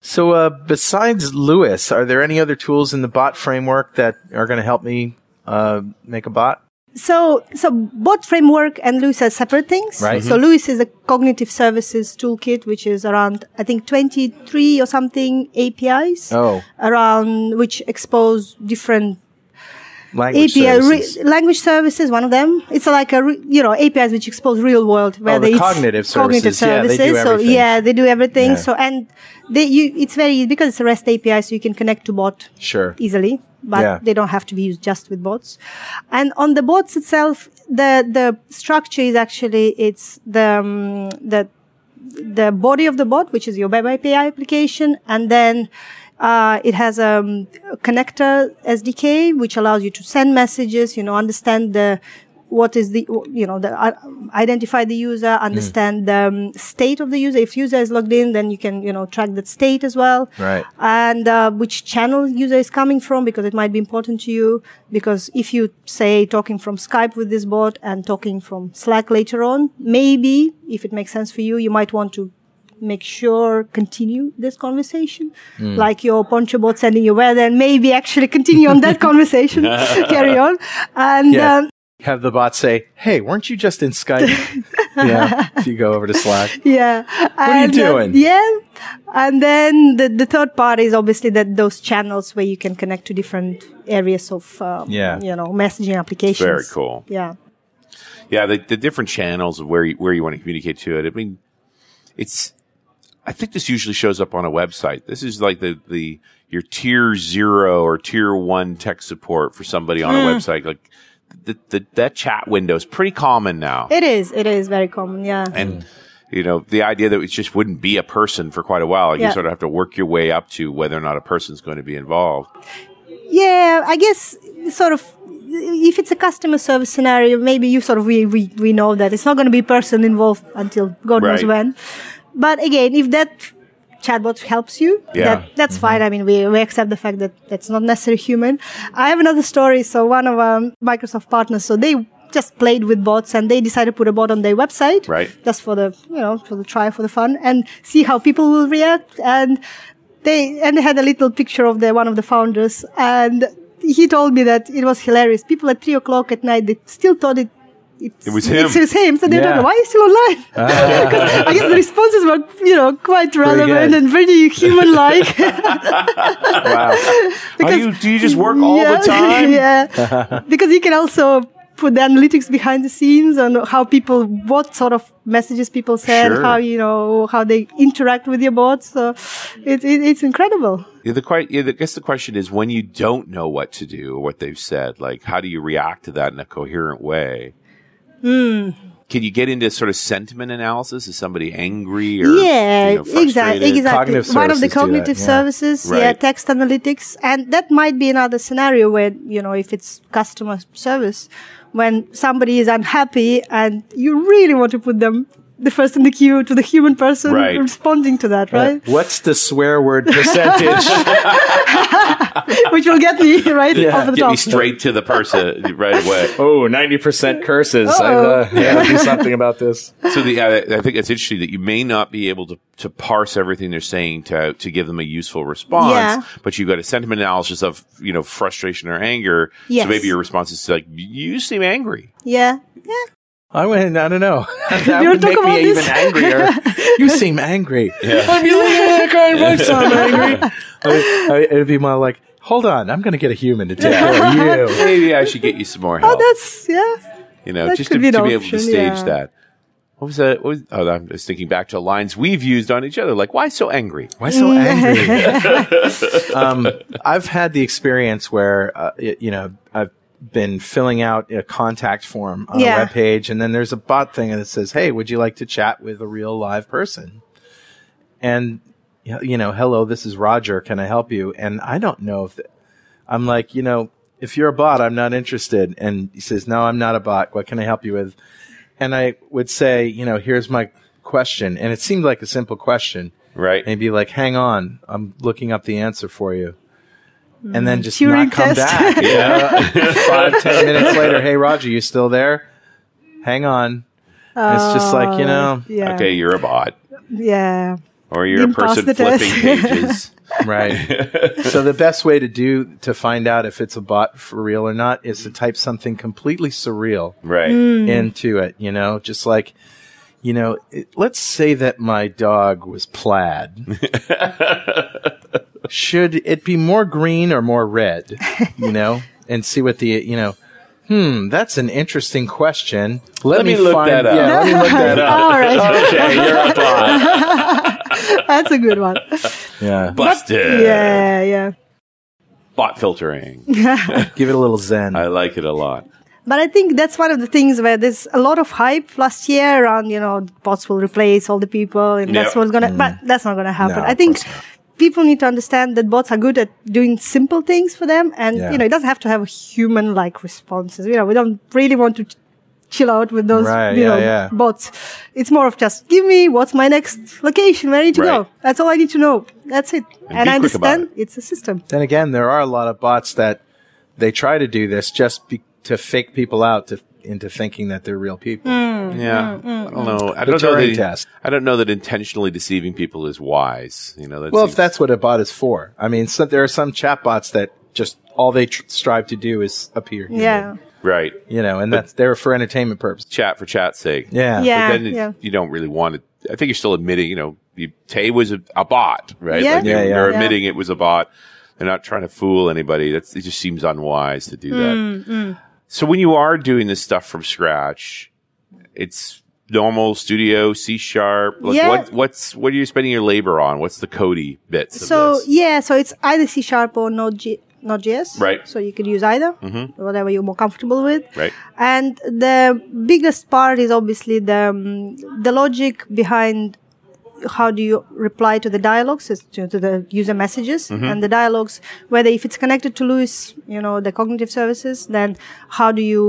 So, uh, besides Lewis, are there any other tools in the bot framework that are going to help me uh, make a bot? So, so both framework and Lewis are separate things. Right. So Lewis is a cognitive services toolkit, which is around, I think, 23 or something APIs Oh, around which expose different language API services. Re- language services. One of them. It's like a re- you know APIs which expose real world where Oh, the they it's cognitive cognitive services. Yeah, they do services. so everything. yeah, they do everything. Yeah. So and they you it's very easy because it's a REST API, so you can connect to bot Sure. easily, but Yeah. they don't have to be used just with bots. And on the bots itself, the the structure is actually it's the um, the the body of the bot, which is your web API application, and then uh, it has a um, connector SDK, which allows you to send messages. You know, understand the what is the you know the uh, identify the user, Mm. understand the um, state of the user. If user is logged in, then you can you know track that state as well Right. and uh, which channel user is coming from because it might be important to you because if you say talking from skype with this bot and talking from slack later on maybe if it makes sense for you you might want to make sure continue this conversation like your poncho bot sending you weather and maybe actually continue on that conversation carry on and Yeah. um, Have the bot say, "Hey, weren't you just in Skype?" yeah. If you go over to Slack, yeah. What are you and, uh, doing? yeah. And then the, the third part is obviously that those channels where you can connect to different areas of, um, Yeah. you know, messaging applications. Very cool. Yeah. Yeah, the, the different channels of where you, where you want to communicate to it. I mean, it's. I think this usually shows up on a website. This is like the the your tier zero or tier one tech support for somebody on a Hmm. website. Like the, the that chat window is pretty common now. It is. It is very common. Yeah. and you know the idea that it just wouldn't be a person for quite a while you Yeah. sort of have to work your way up to whether or not a person's going to be involved Yeah, I guess sort of if it's a customer service scenario, maybe you sort of we we, we know that it's not going to be person involved until God knows Right. when. But again, if that chatbot helps you, Yeah. Mm-hmm. that, that's fine. I mean, we, we accept the fact that that's not necessarily human. I have another story. So one of um, Microsoft partners, so they just played with bots and they decided to put a bot on their website Right. just for the you know for the try for the fun and see how people will react and they and they had a little picture of the one of the founders and he told me that it was hilarious people at three o'clock at night they still thought it it's, It was him. It was him. So they don't Yeah. know why he's still online. Ah. Because I guess the responses were, you know, quite relevant good. and pretty human-like. wow, How do you do you just work all yeah, the time yeah. because you can also put the analytics behind the scenes on how people, what sort of messages people send, Sure. how you know how they interact with your bots. So it, it, it's incredible. Yeah, the, que- yeah, the- I guess the question is when you don't know what to do or what they've said like how do you react to that in a coherent way Hmm. can you get into sort of sentiment analysis is somebody angry or yeah, you know, exactly, frustrated? exactly. Cognitive One of services do the that, cognitive yeah. services, yeah, Right. text analytics, and that might be another scenario where you know if it's customer service, when somebody is unhappy and you really want to put them the first in the queue to the human person Right. responding to Uh, that, right? what's the swear word percentage? Which will get me right Yeah, over the get top. me straight to the person right away oh, 90% curses. I uh, yeah, do something about this. So the, I, I think it's interesting that you may not be able to, to parse everything they're saying to to give them a useful response, Yeah. but you've got a sentiment analysis of you know frustration or anger. Yes. So maybe your response is like, "You seem angry." Yeah, yeah. I went. I don't know. That You would wanna make talk me about even this? angrier. you seem angry. I'm feeling like I'm angry. I, I, it'd be more like, hold on, I'm going to get a human to take care of you. Maybe I should get you some more Oh, help. that's yeah. you know, that just could to be be, an to be able to option, stage yeah. that. What was that? What was, oh, I'm just thinking back to lines we've used on each other. Like, why so angry? Why so angry? um, I've had the experience where, uh, y- you know, I've been filling out a contact form on Yeah. a web page, and then there's a bot thing that says, "Hey, would you like to chat with a real live person?" And y- you know, hello, this is Roger. Can I help you? And I don't know if th- I'm like, you know, if you're a bot, I'm not interested. And he says, "No, I'm not a bot. What can I help you with?" And I would say, you know, here's my question, and it seemed like a simple question Right? maybe like hang on i'm looking up the answer for you and then just Mm. Turing not come test. back you know? five ten minutes later hey roger you still there hang on And it's just like you know Yeah. Okay, you're a bot, Yeah. or you're a Didn't pass person the flipping test. pages. Oh. right so the best way to do to find out if it's a bot for real or not is to type something completely surreal Right? Mm. into it you know just like you know it, let's say that my dog was plaid should it be more green or more red you know and see what the you know hmm that's an interesting question let, me look find, that up. yeah let me look that up All right. okay, you're a bot. That's a good one. yeah Busted. Yeah, yeah. Bot filtering. give it a little zen I like it a lot. But I think that's one of the things where there's a lot of hype last year around, you know, bots will replace all the people and that's Yeah. what's gonna, but that's not gonna happen. No, I of think course people need to understand that bots are good at doing simple things for them and, Yeah. you know, it doesn't have to have human like responses. You know, we don't really want to ch- chill out with those, Right, you yeah, know, yeah. bots. It's more of just give me what's my next location, where I need to Right. go. That's all I need to know. That's it. And, be I quick about understand it's a system. then again there are a lot of bots that they try to do this just be, to fake people out to, into thinking that they're real people Yeah, I don't know. I don't know, Turing that, test. I don't know that intentionally deceiving people is wise. You know, that Well, seems- if that's what a bot is for, I mean, so there are some chatbots that just all they tr- strive to do is appear. Human, Yeah. right, you know, and that's they're for entertainment purposes. chat for chat's sake. Yeah, Yeah. But then it- yeah. you don't really want to. I think you're still admitting, you know, you, Tay was a, a bot, right? Yeah. Like they, Yeah, yeah. They're Yeah. admitting it was a bot. They're not trying to fool anybody. That's it. Just seems unwise to do that. Mm, So when you are doing this stuff from scratch, it's normal studio C sharp. Like Yeah. what, what's what are you spending your labor on? What's the Cody bits? so of this? yeah so it's either c sharp or node G- node.js Right. Mm-hmm. so you could use either whatever you're more comfortable with Right. and the biggest part is obviously the um, the logic behind how do you reply to the dialogues is to, to the user messages Mm-hmm. and the dialogues whether if it's connected to Lewis you know the cognitive services then how do you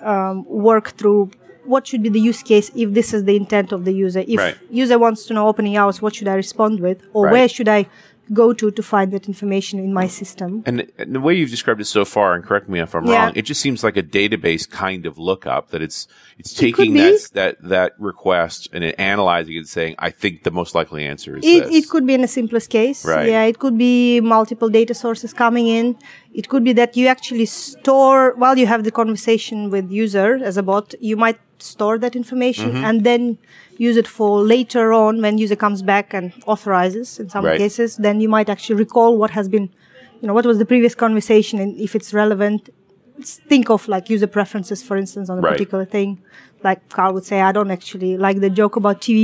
um, work through what should be the use case if this is the intent of the user if Right. user wants to know opening hours what should i respond with or Right. where should i go to to find that information in my system And, and the way you've described it so far, and correct me if I'm Yeah. wrong, it just seems like a database kind of lookup that it's it's taking be. that that that request and it analyzing it, and saying, I think the most likely answer is it, this. it could be in a simplest case Right. yeah it could be multiple data sources coming in it could be that you actually store while you have the conversation with user as a bot you might store that information Mm-hmm. and then use it for later on when user comes back and authorizes in some Right. cases then you might actually recall what has been you know what was the previous conversation and if it's relevant s- think of like user preferences for instance on a Right. particular thing like carl would say i don't actually like the joke about tv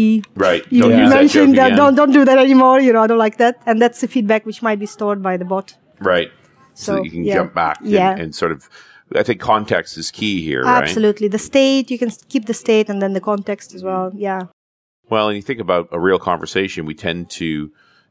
Right. you Don't use that mentioned joke again. don't don't do that anymore. You know, I don't like that, and that's the feedback which might be stored by the bot. right. So, So, that you can yeah. jump back and, Yeah. and sort of I think context is key here, right? Absolutely, the state you can s- keep the state and then the context as well. Yeah, Well, and you think about a real conversation, we tend to,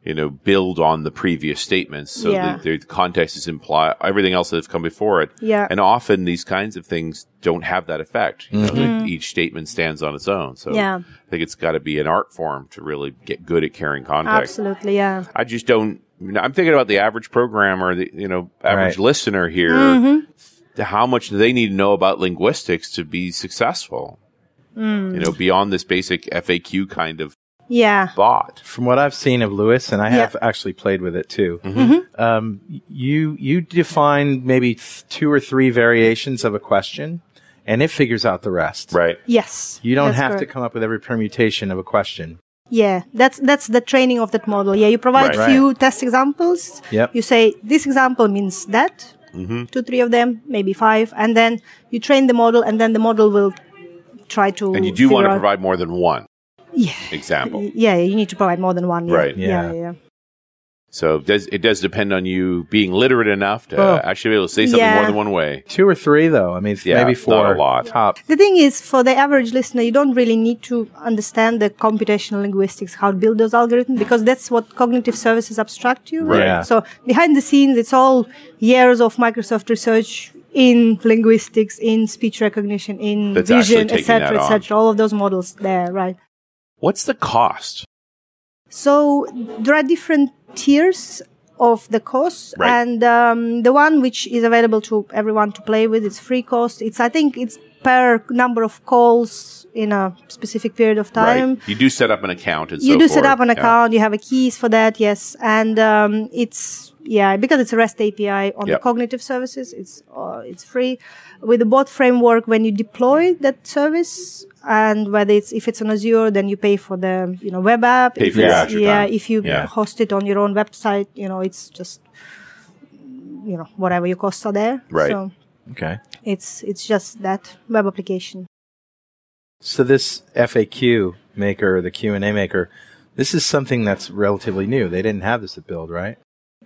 you know, build on the previous statements. So Yeah. the, the context is implied, everything else that has come before it. Yeah. And often these kinds of things don't have that effect. You know, that each statement stands on its own. So Mm-hmm. Yeah. I think it's got to be an art form to really get good at carrying context. absolutely. Yeah, I just don't. you know, I'm thinking about the average programmer, the you know average Right. listener here. Mm-hmm. to How much do they need to know about linguistics to be successful? Mm. You know, beyond this basic FAQ kind of yeah. thought. From what I've seen of Lewis, and I Yeah. Mm-hmm. have actually played with it too. Mm-hmm. Um, y- you you define maybe th- two or three variations of a question, and it figures out the rest. Right. Yes, You don't that's have to correct. come up with every permutation of a question. Yeah, that's that's the training of that model. Yeah, you provide Right. few test examples. Yep. You say this example means that. Mm-hmm. Two, three of them, maybe five, and then you train the model, and then the model will try to. And you do want figure to out- provide more than one Yeah. example. Yeah, you need to provide more than one. yeah. Right. Yeah. Yeah. yeah. So it does, it does depend on you being literate enough to uh, Oh. actually be able to say something Yeah. more than one way. Two or three, though. I mean, Yeah, maybe not a four. lot. Top. The thing is, for the average listener, you don't really need to understand the computational linguistics, how to build those algorithms, because that's what cognitive services abstract you. Right. Yeah. So behind the scenes, it's all years of Microsoft research in linguistics, in speech recognition, in That's actually vision, taking that etc., on. etc. All of those models there, right? What's the cost? So there are different tiers of the course, Right. and um, the one which is available to everyone to play with, it's free cost. It's I think it's per number of calls in a specific period of time. You do set up an account and You so do set forth. up an Yeah. account. You have a keys for that, yes, and um, it's yeah because it's a REST API on the Yep. cognitive services. It's uh, it's free with the bot framework when you deploy that service, and whether it's if it's on Azure, then you pay for the you know web app. Pay If for your it's- Azure yeah, time. if you Yeah. host it on your own website, you know it's just you know whatever your costs are there. Right. So Okay. it's it's just that web application. So this FAQ maker, the Q and A maker, this is something that's relatively new. They didn't have this at Build, right?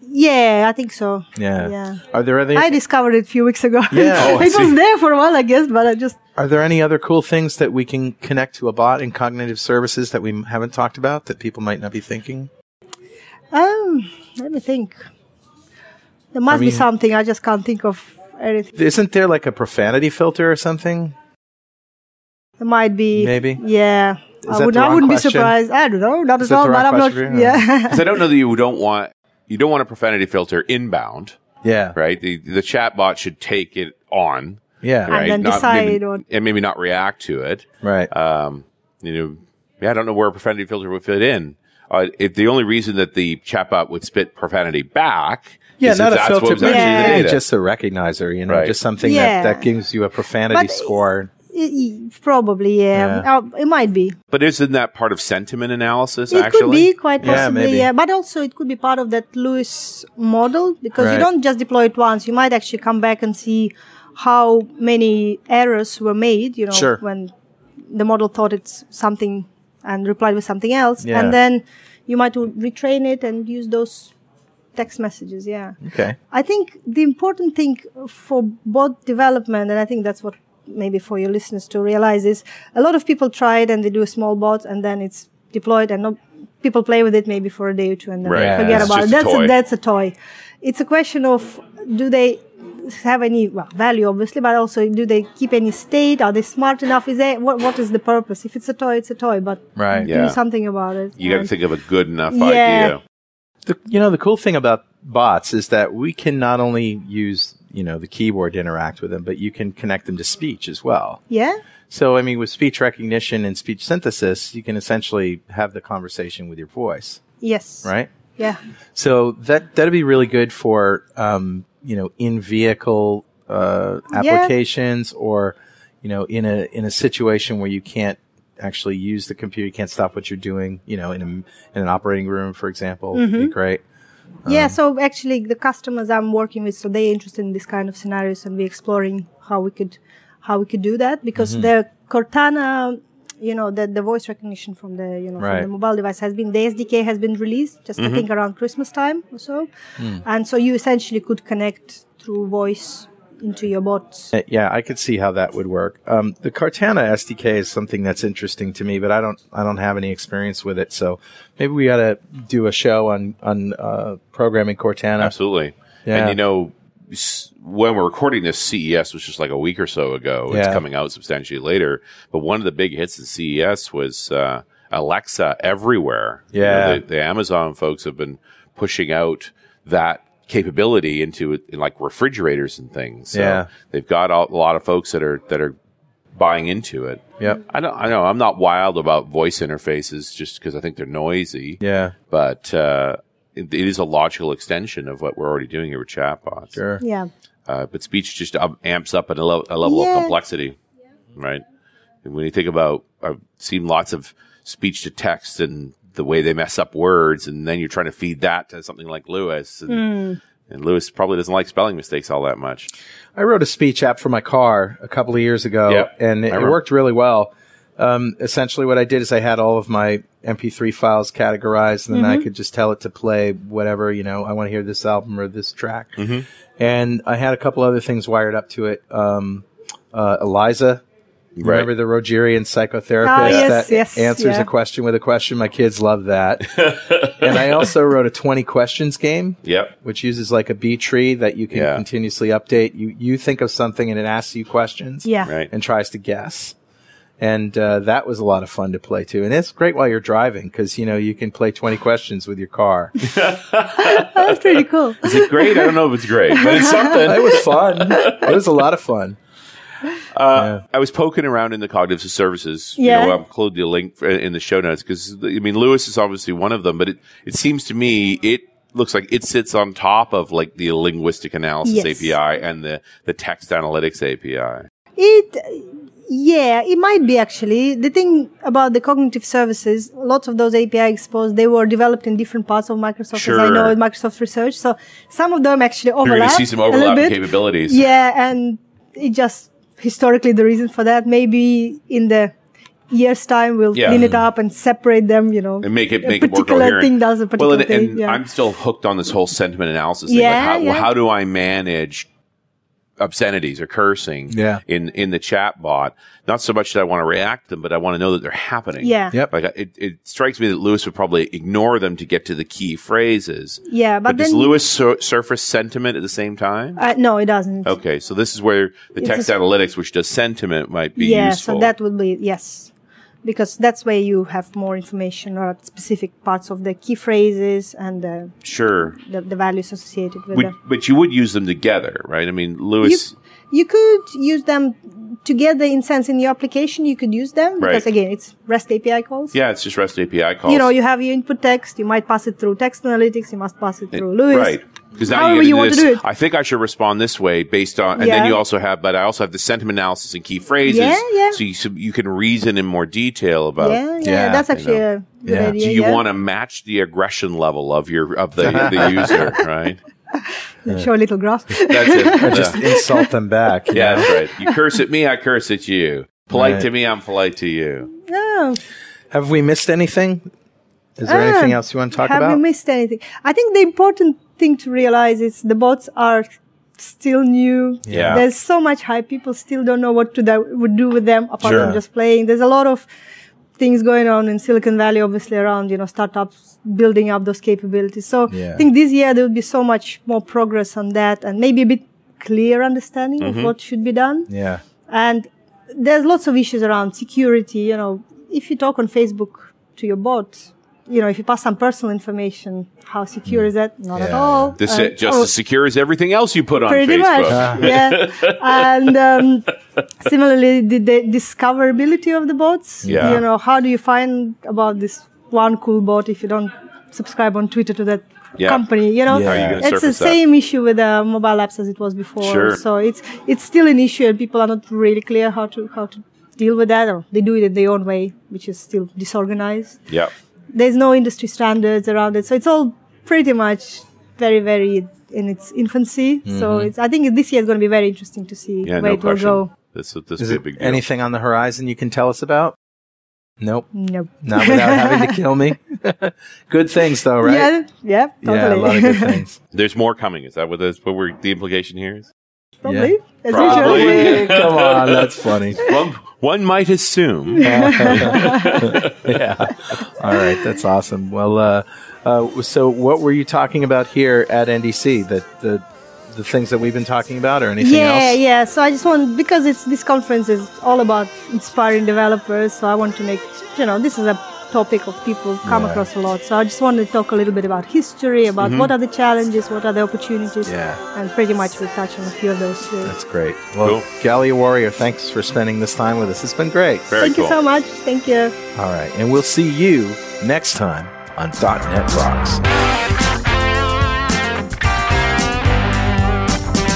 Yeah, I think so. Yeah. Yeah. Are there other? I discovered it a few weeks ago. Yeah. Oh, I it was there for a while, I guess, but I just Are there any other cool things that we can connect to a bot in cognitive services that we m- haven't talked about that people might not be thinking? um let me think. There must be mean- something. I just can't think of anything. Isn't there like a profanity filter or something? There might be Maybe. Yeah. that I the would I wrong wouldn't question? be surprised. I don't know, not Is as that well, the but wrong I'm not question for you? yeah. Because I don't know that you don't want you don't want a profanity filter inbound, Yeah. right? The the chat bot should take it on, Yeah. right? then maybe, decide on- and maybe not react to it. Right. Um, you know, yeah, I don't know where a profanity filter would fit in. Uh, if the only reason that the chatbot would spit profanity back, yeah, Uh, is if not a that's filter, what was but actually in the really data. just a recognizer, you know, Right. just something Yeah. that, that gives you a profanity But- score. Y- y- Probably, yeah. Yeah. Uh, it might be. but isn't that part of sentiment analysis? It actually, could be quite Yeah, possibly, maybe. yeah. But also, it could be part of that Lewis model because Right. you don't just deploy it once. You might actually come back and see how many errors were made. You know, Sure. when the model thought it's something and replied with something else, Yeah. and then you might w- retrain it and use those text messages. Yeah. Okay. I think the important thing for bot development, and I think that's what maybe for your listeners to realize is a lot of people try it and they do a small bot and then it's deployed and no, people play with it maybe for a day or two and then Right. they Yeah. forget It's about it. just a That's toy. a, that's a toy. It's a question of do they have any well, value obviously, but also do they keep any state? Are they smart enough? Is they what, what is the purpose? If it's a toy, it's a toy, but Right. do Yeah. something about it. You got to And- think of a good enough Yeah. idea. The, you know, the cool thing about bots is that we can not only use, you know, the keyboard to interact with them, but you can connect them to speech as well. yeah. So, I mean, with speech recognition and speech synthesis, you can essentially have the conversation with your voice, Yes. right? Yeah. So that that'd be really good for um, you know in vehicle uh, Yeah. applications or you know in a in a situation where you can't actually use the computer, you can't stop what you're doing. You know, in a, in an operating room, for example, would be great. Yeah, so actually, the customers I'm working with, so they're interested in this kind of scenarios, and we're exploring how we could how we could do that because the Cortana, you know, the, the voice recognition from the you know Right. from the mobile device has been the SDK has been released just I think around Christmas time or so, and so you essentially could connect through voice into your bots. Uh, Yeah, I could see how that would work. Um, the Cartana SDK is something that's interesting to me, but I don't I don't have any experience with it. So maybe we ought to do a show on on uh, programming Cortana. Absolutely. Yeah. And you know, s- when we're recording this, E CES was just like a week or so ago. It's Yeah. coming out substantially later. But one of the big hits at CES was uh, Alexa everywhere. You know, Yeah. the, the Amazon folks have been pushing out that capability into in like refrigerators and things. So Yeah. They've got a a lot of folks that are that are buying into it. Yep. I don't. I know. I'm not wild about voice interfaces just because I think they're noisy Yeah. but uh, it, it is a logical extension of what we're already doing here with chatbots. Sure. Yeah, Uh, but speech just up, amps up at a, level a level Yeah. of complexity, right? And when you think about, I've seen uh, lots of speech to text and the way they mess up words, and then you're trying to feed that to something like Lewis, and, and Lewis probably doesn't like spelling mistakes all that much. I wrote a speech app for my car a couple of years ago, Yep. and it, I it remember. worked really well. Um, essentially, what I did is I had all of my MP3 files categorized, and then Mm-hmm. I could just tell it to play whatever you know I want to hear this album or this track. Mm-hmm. And I had a couple other things wired up to it. Um, uh, Eliza, remember the Rogerian psychotherapist Ah, yes, that yes, answers yeah. a question with a question? My kids love that. and I also wrote a twenty questions game Yep. which uses like a B tree that you can Yeah. continuously update. You you think of something and it asks you questions, Yeah. Right. and tries to guess. And uh, that was a lot of fun to play too, and it's great while you're driving because you know you can play twenty questions with your car. That's pretty cool. Is it great? I don't know if it's great, but it's something. it was fun. It was a lot of fun. Uh, I was poking around in the cognitive services. You Yeah. know, I'll include the link for- in the show notes because I mean Lewis is obviously one of them, but it, it seems to me it looks like it sits on top of like the linguistic analysis Yes. API and the the text analytics API. It, yeah, it might be actually. The thing about the cognitive services, lots of those API exposed, they were developed in different parts of Microsoft, as I know Sure. in Microsoft Research. So some of them actually You're going overlap. to see some a little overlapping bit. capabilities. Yeah, and it just historically the reason for that maybe in the years time we'll Yeah. clean it up and separate them. You know, And make it A make it more particular coherent. thing does a particular well, and, thing, and yeah. I'm still hooked on this whole sentiment analysis. Thing. like Yeah, how, yeah. how do I manage obscenities or cursing? Yeah. in in the chat bot. Not so much that I want to react to them, but I want to know that they're happening. Yeah. Yep. Like I- it, it strikes me that Lewis would probably ignore them to get to the key phrases. yeah, But, but, does then Lewis sur- surface sentiment at the same time? uh, no, it doesn't. okay, so this is where the It's text a- analytics, which does sentiment, might be yeah, useful. so that would be yes, because that's where you have more information or specific parts of the key phrases and the sure. the, the values associated with Would, them. but you would use them together, right? I mean, You, Lewis. you could use them together in sense in your application. You could use them because Right. again, it's REST API calls. yeah, it's just REST API calls. You know, you have your input text. You might pass it through text analytics. You must pass it through Lewis. Right. Because now However you, get you into want to this, do it. I think I should respond this way based on, and then Yeah. you also have, but I also have the sentiment analysis and key phrases. Yeah, yeah. So you, so you can reason in more detail about. yeah, yeah, Yeah, that's you actually know. a good Yeah. idea. Do you yeah. want to match the aggression level of your of the, the user? Right. show a little graph? That's it. Yeah. Just insult them back. you yeah, know? that's right. You curse at me, I curse at you. Polite Right. to me, I'm polite to you. no. Have we missed anything? Is there Ah, anything else you want to talk Have about? we missed anything? I think the important thing to realize is the bots are still new. Yeah. There's so much hype. People still don't know what to do, would do with them apart Sure. from just playing. There's a lot of things going on in Silicon Valley, obviously around, you know, startups building up those capabilities. So Yeah. I think this year there will be so much more progress on that and maybe a bit clear understanding of Mm-hmm. what should be done. yeah. And there's lots of issues around security. You know, if you talk on Facebook to your bot, you know, if you pass some personal information, how secure is that? Not at Yeah, all. This Uh, is just oh, as secure as everything else you put on pretty Facebook. much. yeah. And um, similarly, the, the discoverability of the bots. Yeah. You know, how do you find about this one cool bot if you don't subscribe on Twitter to that? Yeah. company you know How are you gonna it's the surface that? same issue with uh, mobile apps as it was before Sure. so it's it's still an issue and people are not really clear how to how to deal with that or they do it in their own way which is still disorganized Yep. there's no industry standards around it so it's all pretty much very very in its infancy so Mm-hmm. it's i think this year is going to be very interesting to see Yeah, where no it will question. go This this would Is be a it big deal. anything on the horizon you can tell us about? Nope. no Not without having to kill me. good things though, right? yeah yeah totally Yeah, a lot of good things. There's more coming. Is that what, that's what we're, the implication here is? probably as Probably. usual Hey, come on, that's funny. One, one might assume. yeah. All right, that's awesome. Well, uh, uh, so what were you talking about here at NDC? The the the things that we've been talking about, or anything yeah, else? yeah. So I just want because it's this conference is all about inspiring developers. So I want to make you know this is a topic of people come Yeah. across a lot. So I just wanted to talk a little bit about history, about what are the challenges, what are the opportunities, Mm-hmm. Yeah. and pretty much we touch on a few of those. Too. That's great. Well, Cool. Gallia Warrior, thanks for spending this time with us. It's been great. Very Thank cool. you so much. Thank you. All right, and we'll see you next time on .NET Rocks. Thank you.